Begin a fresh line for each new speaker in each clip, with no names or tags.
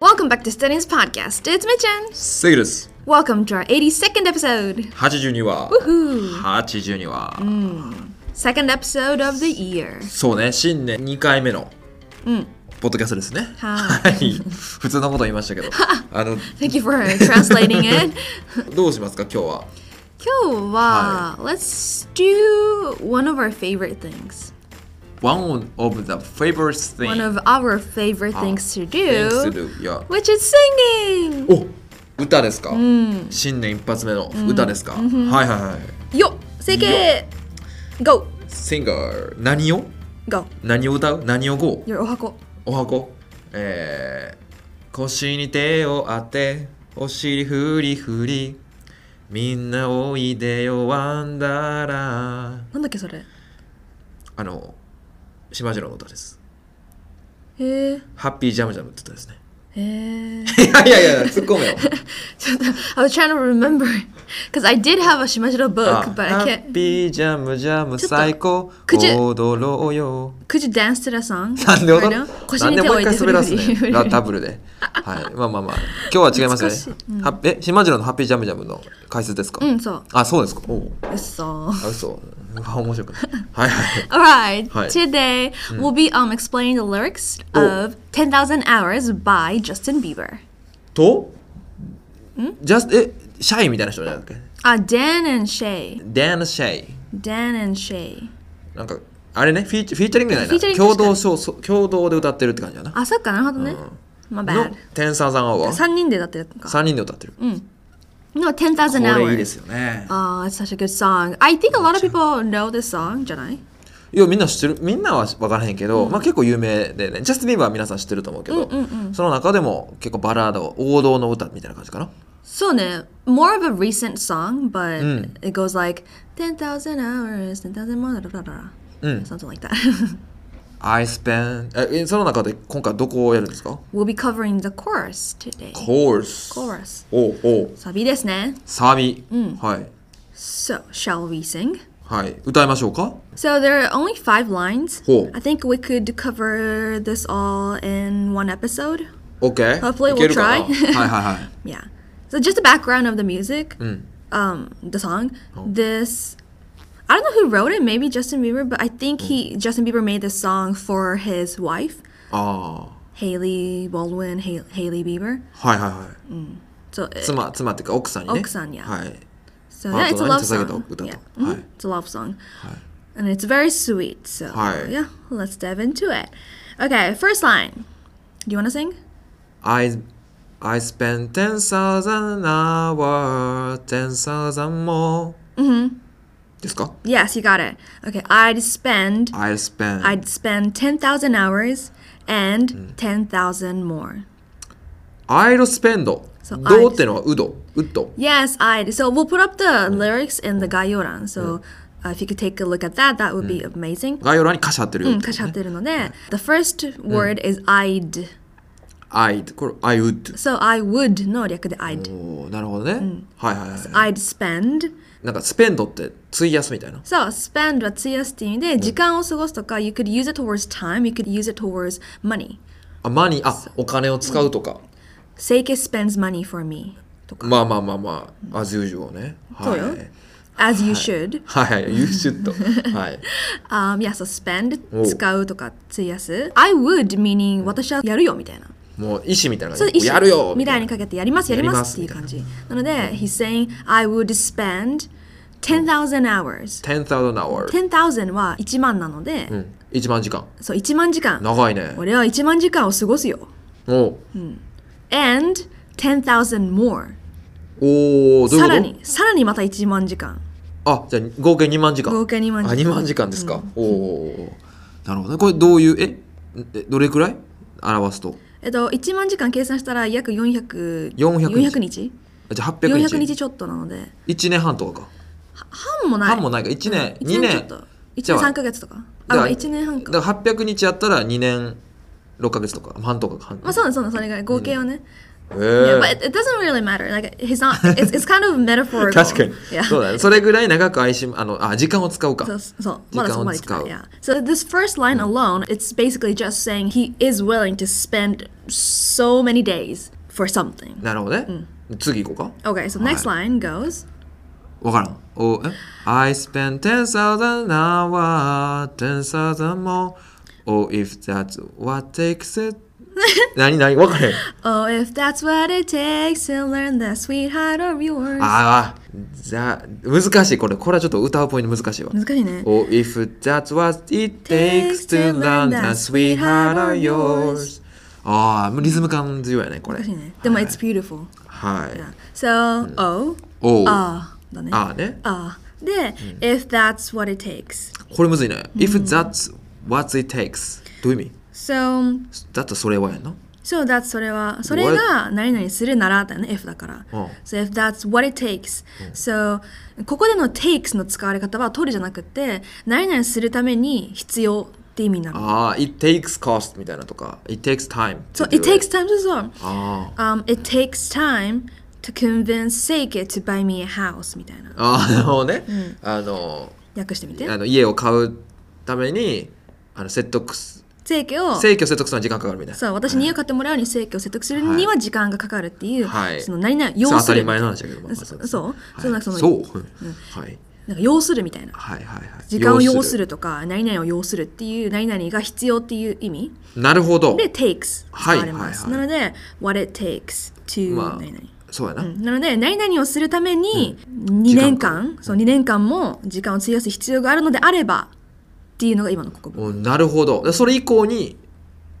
Welcome back to Studying's podcast. It's Mitchin.
セイです
Welcome to our 82nd episode.
82話
Woohoo!
82話、
Second episode of the year.
そうね新年2回目のポッドキャストですね
は
はい普通のこと言い ましたけどあの
Thank you for translating it.
どうしますか今日は
今日は、let's do one of our favorite things.
One of the favorite thing
One of our favorite things to do,
things Ah, to do, yeah.
which is singing.
お歌ですか、新年一発目の歌ですか、はいはいはい
Yo, sing
Yo.
it. Go,
シンガー何を
go.
何を歌う何を GO?
Your ohako.
おはこえー、腰に手を当てお尻ふりふりみんなおいでよワンダーラーあの島次郎の歌です
なんだっけそれ。へえ、へえ。
ハッピージャムジャムって歌ですね いやいやいや突っ込めよ
eh. I was trying to remember because I did have a Shimajiro book,
あ
but I
ハッ
can't.
ピージャムジャム
ちょっと
最高
口
踊ろうよ
Could you dance to that song?
なんで踊
right
る
now?
なんでもう一回滑らすねラ ダ
腰に手を置いて振り振り振り振り。
ブルではいまあまあまあ今日は違い
懐かし
ます
い
ねはっえ島次郎のハッピージャムジャムの解説ですか、あそうですかおう
うん、そう。嘘。
あ、嘘。あ、面白くない。はいはい。
Alright,
Hi.
today we'll be um explaining the lyrics
Oh.
of 10,000 Hours by Justin Bieber.
とジャスえ、シャイみたいな人じゃなくて。
Ah, Dan and Shay.
ダン・シャイ。
Dan and Shay.
なんか、あれね、フィーチフィーチャリングじゃ
フィーチャリ
ない
ン
な。
グ
共同唱奏共同で歌ってるって感じだな。
あ、そっか、なるほどね。My
の
bad.、
天才さんは
3人でだってやったのか。
3人で歌ってる。こ
No, 10,000
れいい
Hours.
ですよね。
Ah, it's such a good song. I think a lot of people know this song, じゃない
いや、みんな知ってる。みんなは分からへんけど、まあ結構有名でね。ジャスティン・ビーバーは皆さん知ってると思うけど、その中でも結構バラード、王道の歌みたいな感じかな。
そうね。More of a recent song, but it goes like 10,000 hours, 10,000 more, da, da, da, da. Something like that.
I spend え、その中で今回どこをやるんですか
we'll be covering the chorus today.
Course。
Chorus.
おうおう。
サビですね。
サビ、はい
So, shall we sing?
はい歌いましょうか
So, there are only five lines.
ほう
I think we could cover this all in one episode.
OK
Hopefully we'll
いけるかな
try.
はいはいはい
Yeah. So, just the background of the music, um, the song. This, I don't know who wrote it, maybe Justin Bieber, but I think he, Justin Bieber made this song for his wife.
あ
Haley Baldwin, Hay- Haley Bieber.
あはいはいはい
So, it,
妻妻っていうか奥さんにね
奥さんや
はい
so yeah, it's a
パートナーに
love
捧げた
song.
歌と。
Yeah.
はい。
Mhm. It's a love song. And it's very sweet. So,
はい。
yeah, let's dive into it. Okay, first line. Do you want to sing?
I I spent 10,000 hours 10,000 more ですか
Yes, you got it. Okay, I'd spend
I spent
I'd spend 10,000 hours and 10,000 more.
I'll spend ど
So
うってのはうどうっと
Yes, I'd. So we'll put up the lyrics in the Gayoran. So uh, if you could take a look at that, that would be amazing.
概要欄に歌詞貼ってる
Mm.
よ、
歌詞貼ってるので、the first word is I'd.
I'd これ I would
So I would の略で I'd.
おーなるほどね、はいはいはい
I'd spend
なんかスペンドって費やすみたいな
So, spend は費やすっていう意味で、時間を過ごすとか、you could use it towards time, you could use it towards money.
あマニあお金を使うとか、
Seike spends money for me. とか。
まあまあまあまあ、as usual ね
そ
は
う
い
よ As you should.
はいはい you should はい
Um, yeah, so spend,
お
使うとか、費やす。I would, meaning 私はやるよみたいな。
もう意思みたいな
そ
感
う
じでやるよ
みたいにかけてやります、やりますってい
や
う感
ります
じ。なので、he's saying, I would spend 10,000 hours.
10,000 hours
10,000は1万なので、
うん1万時間
そう、1万時間。
長いね
俺は1万時間を過ごすよ。
お
And 10,000 more.
おーどう
さら
いうこ
にさらにまた1万時間
とあじゃあ合計2万時間
合計2万時
あ
間
2万時間ですか、おおなるほどねこれどういうええどれくらい表すと
えっと1万時間計算したら約400
400
400日
あじゃあ800
400日
日
ちょっとなので
1年半とかか
半もない
半もないか1年、
一ち
二2
ょ
年
っと
じゃ
1
あ
年3ヶ月とか
だから
あ一1年半か
だから800日やったら2年6ヶ月とか半とか半
まあそうなんそうなんそれが合計はね、
え
Yeah,
ー
but it, it doesn't really matter. Like he's not. It's, it's kind of metaphorical.
確かに、
Yeah.
そうだねそれぐらい長く愛しあのあ時間を使うか
So, so,
時
ま
間を使う。
だそこまで行ってない。yeah. so this first line alone, it's basically just saying he is willing to spend so many days for something.
なるほどね、次行こうか
Okay, so next line goes.
わからん。おえ I spend 10,000 hours, 10,000 more. Oh, if that's what takes it. 何何わ からへん。
Oh, if that's what it takes to learn that sweetheart of yours.
ああ、じゃあ難しいこれ。これはちょっと歌うポイント難しいわ。
難しいね。
Oh, if that's what it takes to learn that sweetheart of yours. ああ、もうリズム感強いよね、これ。
難しいね。でも、it's beautiful.
はい。
Yeah. So, oh,
おう。
ah, だね。
ああね。
Ah. で、if
Hmm.
that's what it takes.
これむずいね。If that's what it takes. どういう意味
So,
だったらそれはやんな。
So that's それはそれが何々するならだよね if だから、
うん
So if that's what it takes、So ここでの takes の使われ方は通りじゃなくて何々するために必要って意味なの
ああ、it takes cost みたいなとか、it takes time.
So it takes time そうそう
あ
um, It takes time to convince Seike to buy me a house みたいな
あ、ああ、なるほどね。あの、
訳してみて
あの家を買うために、あの説得す、
Seike を
正規を説得するのに時間かかるみたいな。
そう私に家を買ってもらうように正規を説得するには時間がかかるっていう、
はい
その何々
それ
要
当た
す
り
る
前の話だけど、まあまあ
そ
ですね
そう
はい
そうなんかその
そうはい。
なんか要するみたいな
はいはいはい。
時間を要するとか何々を要するっていう何々が必要っていう意味
なるほど。
で takes 使
はい
われます、
はいはい
なので what it takes to
ま
何々、
あ、そうやな。
なので何々をするために2年間、そう2年間も時間を費やす必要があるのであればっていうのが今の国語、
うんなるほど。でそれ以降に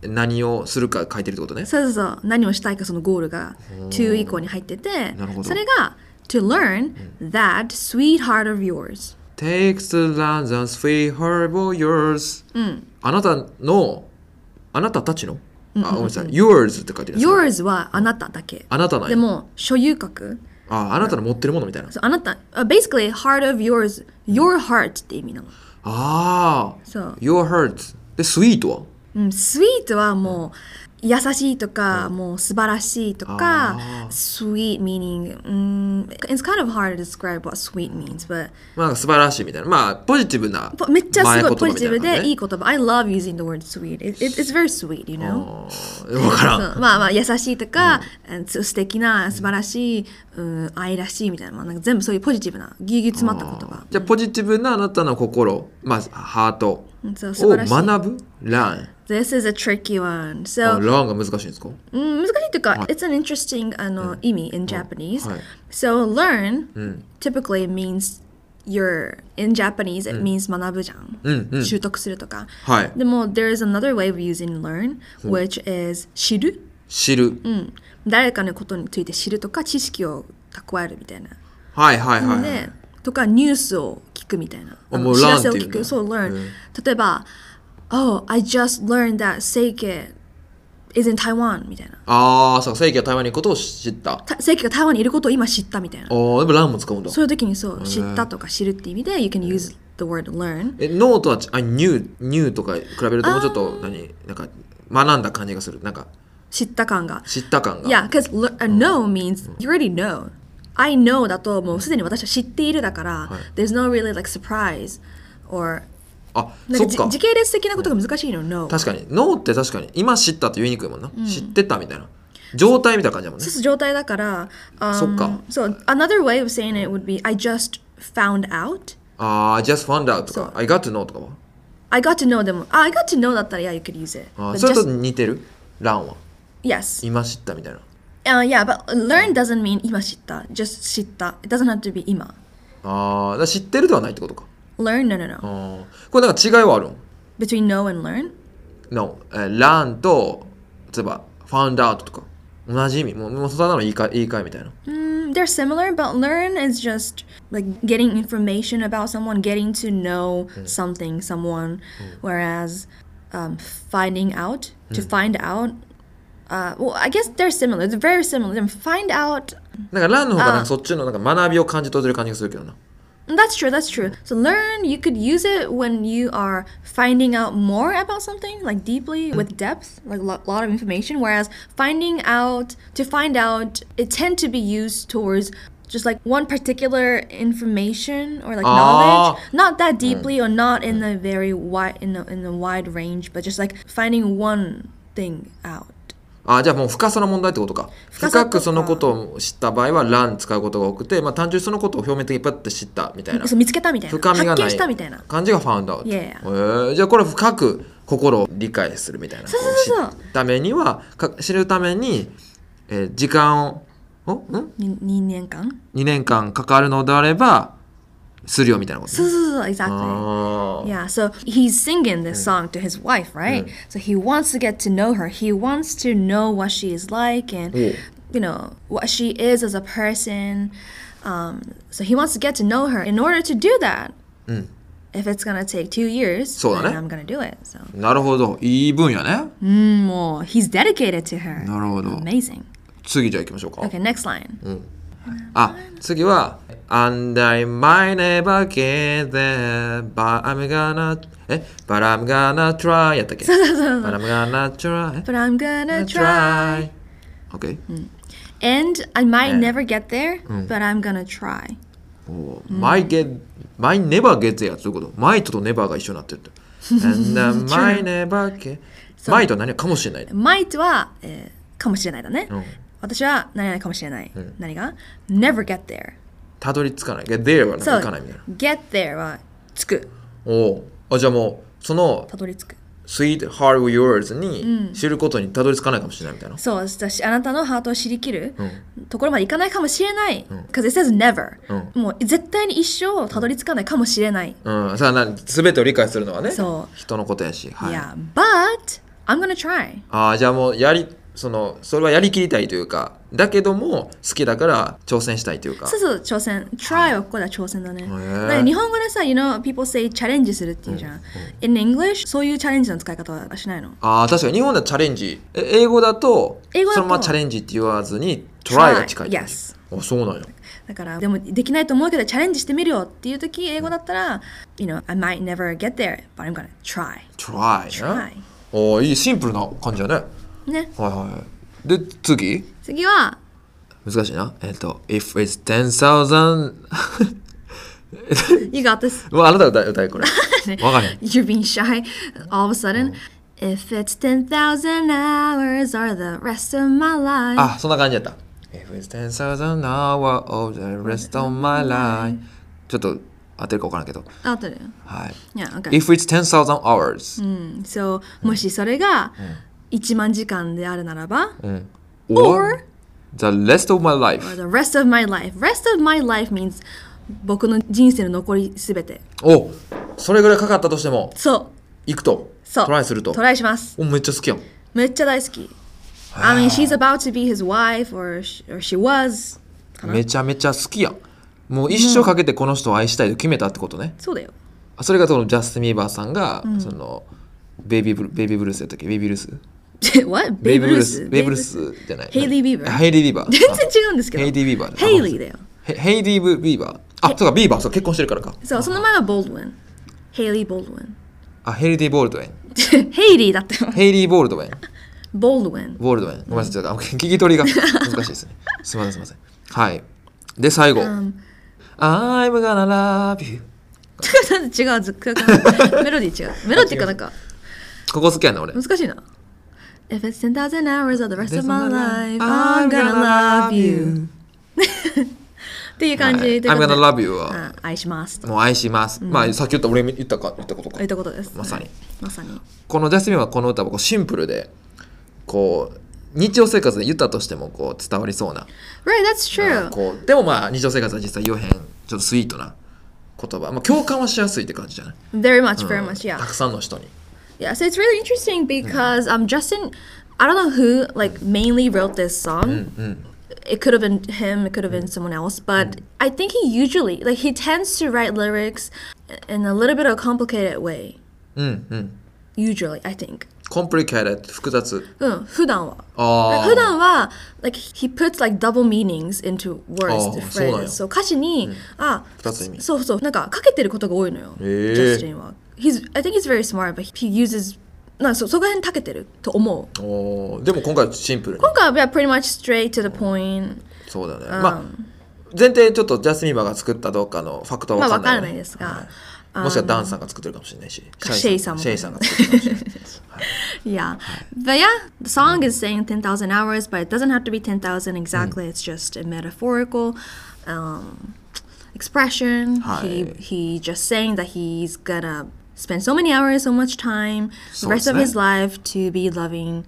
何をするか書いてるってことね。
そうそうそう何をしたいかそのゴールが to 以降に入ってて
なるほど
それが to learn that sweetheart of yours
takes the land and sweetheart of yours、あなたのあなたたちの、あごめんなさい yours って書いてるんですよ
yours はあなただけ
あなたの
でも所有格
ああなたの持ってるものみたいな
そうあなた、uh, basically heart of yours, your heart って意味なの。
ああ
そう。
your heart で sweet は
うん、sweet はもう優しいとか、もう素晴らしいとか
あ、
sweet meaning、うん、it's kind of hard to describe what sweet means, but
まあ素晴らしいみたいなまあポジティブな
ぽめっちゃすごいポジティブで
前言葉みたいなね
いい言葉。I love using the word sweet. It, it, it's very sweet, you know?
あーわからん
そうまあまあ優しいとか、うんす素敵な素晴らしい、うん、愛らしいみたいな,、まあ、なんか全部そういうポジティブなぎゅうぎゅう詰まった言葉
じゃあポジティブなあなたの心まあハート
うんそう素
を
晴らしい
学ぶ learn
This is a tricky one
あ
So
learn が難しいんですか
うん、難しいというか、it's an interesting あの、意味 in Japanese、
はい
So learn、typically means your in Japanese it means 学ぶじゃん、
んうん
習得するとか、
はい
でも there is another way of using learn which is 知る、
知る
うん、誰かのことについて知るとか知識を蓄えるみたいな、
はいはいはいはい
でとかニュースを聞くみたいな
あ
あの
もう
知
learn
らせを
ってい
聞
うんだ
くそう learn、
うん
例えば Oh I just learned that Seike is in Taiwan みたいな
ああ、そう、正規は台湾に行くことを知った。
た正規が台湾にいることを今知ったみたいな
あ。あ、でもランも使うんだ。
そういう時にそう、知ったとか知るって意味で、you can use the word learn。
え、ノーとはち、あ、ニュー、ニューとか比べるともうちょっと、何、なんか、学んだ感じがする。なんか、
知った感が。
知った感が。
Yeah, because know means you already know. I know だともうすでに私は知っているだから、there's no really like surprise or
あ、
な
そ
んか
っ
じ
か。
時系列的なことが難しいの、know。
確かに。ノーって確かに、今知ったって言いにくいもんな。知ってたみたいな。状態みたいな感じだもんね
そう。そう状態だから、um,
そっか
So another way of saying it would be I just found out.
ああ、I just found out とか、I got to know とかは。
I got to know でも、あ I got to know だったら、yeah, you could use it.
あー
But
それと
just-
似てるランは。
yes.
今知ったみたいな。
Uh, yeah, but learn doesn't mean 今知った。just 知った。It doesn't have to be 今。
ああ、だから知ってるではないってことか。
Learn, no, no, no.
あーこれなんか違いはあるん
Between know and learn?
の、えー、ランと例えばファウンドアウトとか同じ意味もうもうそんなの言い換え言い換えみたいな
Mm, they're similar, but learn is just like getting information about someone, getting to know something, someone. Whereas um, finding out, to find out, uh, well, I guess they're similar. They're very similar. Then find out,
なんかランの方がなん
あ
かそっちのなんか学びを感じ取ってる感じがするけどな
That's true, that's true. So learn, you could use it when you are finding out more about something, like deeply, with depth, like a lot, lot of information. Whereas finding out, to find out, it tend to be used towards just like one particular information or like knowledge,
Ah.
not that deeply or not in a very wide, in a, in a wide range, but just like finding one thing out.
あじゃあもう深さの問題ってことか
深
深
さとか
くそのことを知った場合は「ラン」使うことが多くて、まあ、単純にそのことを表面的にパッて知ったみたいな
そう見つけたみたいな
深みが
発
な
見
い
したみたいな
感じがファウンドアウト、
Yeah.
えーじゃあこれ深く心を理解するみたいな
そうそうそうそう
こ知るためにはか知るために、えー時間をおん
に2年間
2年間かかるのであればするよみたいなことね、
そうそうそう exactly
あー
Yeah, so he's singing this song to his wife, right? So he wants to get to know her. He wants to know what she is like and,
Yeah.
you know, what she is as a person. Um, so he wants to get to know her. In order to do that, if it's gonna take two years,
そうだね。
then I'm gonna do it. So,
なるほどいい分野ね
mm, well, he's dedicated to her.
なるほど。
Amazing.
次じゃあ行きましょうか
Okay, next line.
あ、次は And I might never get there But I'm gonna え But I'm gonna try やったっけ But I'm gonna try
But I'm gonna try.
try OK、
And I might never get there, but I'm gonna try.
おー Might get Might never get there どういうこと Might と never が一緒にな ってると And I might never get Might は何かもしれない
might は、えーかもしれないだね。
ん
私は何々かもしれない。何が ?never get there。
たどり着かない Get there は
そう
行かないみたいな
get there はつく。
おーあじゃあもうその
たどり着く。
Sweet Heart of Yours に知ることにたどり着かないかもしれないみたいな、
そう、私あなたのハートを知りきる、ところまでいかないかもしれない。because it says never、もう絶対に一生たどり着かないかもしれない。
うん、さあな全てを理解するのはね
そう
人のことやし、はい
yeah, but I'm gonna try.
ああじゃあもうやりそのそれはやりきりたいというかだけども好きだから挑戦したいというか
そうそう、挑戦。try はここでは挑戦だね。だ
ー
から日本語でさ、you know, people say チャレンジするっていうじゃん。in English、そういうチャレンジの使い方はしないの
ああ確かに日本ではチャレンジえ英語だと
英語だと
そのままチャレンジって言わずにトライが近い
Yes
あそうなんや
だからでもできないと思うけどチャレンジしてみるよっていう時英語だったら「You know, I might never get there, but I'm gonna try
トライね」
try
おーいいシンプルな感じだねはい
ね
はいはいで次
次は
難しいなえっと「If it's 10,000
「You got this
うわ」あなた歌え歌 えこれわかんない
you're being shy all of a sudden if it's 10,000 hours or the rest of my life
あ、そんな感じやった。If it's 10,000 hour of the rest of my life ちょっと当てるか分からんけど。
あとで
はい。
Yeah, okay
If it's 10,000 hours、
うん so もしそれが1万時間であるならば
or the rest of my
or
life
the rest of my life rest of my life means 僕の人生の残りすべて
おそれぐらいかかったとしても、
そう
行くと。
そう
トライすると
ト。ライします
おめっちゃ好きやん。
めっちゃ大好き。I mean, she's about to be his wife, or she, or she was. かな
めちゃめちゃ好きやん。もう一生かけてこの人を愛したいと決めたってことね。
そうだよ。
あそれがそのジャスティン・ビーバーさんが、そのベイビーブルベイビーブルースやったっけベイビーブルー ス
What?
ベイビーブルースベイビーブルー
ベイ
スじゃない
ヘイリービーバー
あヘイリー・ビーバー
全然違うんですけど。
ヘイリービーバーだ
ヘイリーだよ。
ヘヘイディー・ビーバー。あ、そうか、ビーバー、そう、結婚してるからか。
そう、その前はボールドウィン。ヘイリー・ボール ドウ
あ、ヘイディー・ボールドウェン。
ィン。ヘイリーだって。
ヘイリー・ボールドウェン。
ボールドウ ィン。
ボールドウェン。ごめんなさい、ちょっとあ聞き取りが難しいですね。すみません、すみません。はい。で、最後。I'm gonna love you。
違う、ずっくメロディー違 う。メロディーかなんか
ここ好きやな、俺。
難しいな。If it's 10,000 hours of the rest of my life, I'm
I'm
gonna
gonna
love you. っていう感
はい
じ。
I'm gonna love you は、
you. 愛します。と
もう愛します。まあ、さっき言った俺言ったか、言ったことか
言っ。たことです。
まさに。
まさに。
このジャスミンはこの歌はこうシンプルで、こう、日常生活で言ったとしてもこう伝わりそうな。
Right, that's true.
こうでもまあ日常生活は実際言わへんちょっとスイートな言葉、まあ、共感はしやすいって感じじゃない、
Very much, very much,
た
yeah.
くさんの人に
Yeah, so it's really interesting because um Justin I don't know who like mainly wrote this song.
Mm,
It could have been him, it could have been someone else, but I think he usually like he tends to write lyrics in a little bit of a complicated way.
うんうん
Usually, I think. Uh,
こ complicated 複雑
うん普段は
ああ
普段は like he puts like double meanings into
あ
words
ー
the
そうなんや
phrases そう歌詞に、あ
二つ意味
そうそうなんかかけてることが多いのよ、
へー
ジャスティンは he's I think he's very smart but he uses なんかそそこら辺たけてると思う
おーでも今回はシンプルに
今回は yeah, pretty much straight to the point
そうだね、
うん
まあ前提ちょっとジャスティンビーバーが作ったどっかのファクトは
まあ
わかんない,、
わからないですが
はいもしくはダンさんが作ってるかもしれないし
か
シ
シ
ェ
ェ
イ
イ
さ
さ
ん
ん
が
も
作ってるかもしれないし、はい
Yeah. But yeah, the song is saying 10,000 hours, but it doesn't have to be 10,000
Mm.
exactly. It's just a metaphorical um, expression. He,
Hi.
he just saying that he's gonna spend so many hours, so much time, the rest of
Sounds
his life to be loving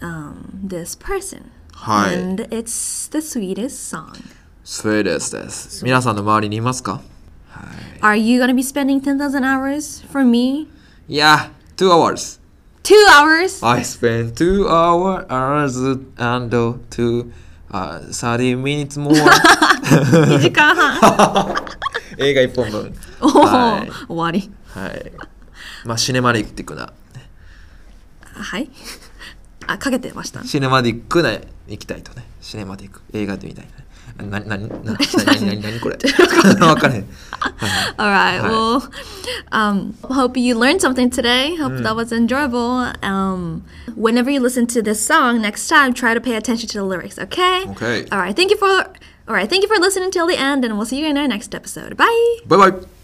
um, this person.
Hi.
And it's the sweetest song.
スウェーデンスです皆さんの周りにいますか
Are you gonna be spending 10,000 hours for me?
いや、2 hours
Two hours?
I spent 2 hour, hours and 2 uh, 30 minutes more
2時間半。
映画1本分は
おー、
い、
終わり。
はい、まあシネマリティックな
はい。あ、かけてました。
シネマティックな行きたいとね。シネマティック。映画で見たいな。な、な、な、な、な、な、な、これ。わかんない。
All right.
Alright.
Well, um, hope you learned something today. Hope that was enjoyable. Um, whenever you listen to this song next time, try to pay attention to the lyrics. Okay.
Okay.
All right. Thank you for. All right. Thank you for listening till the end, and we'll see you in our next episode. Bye.
バイバイ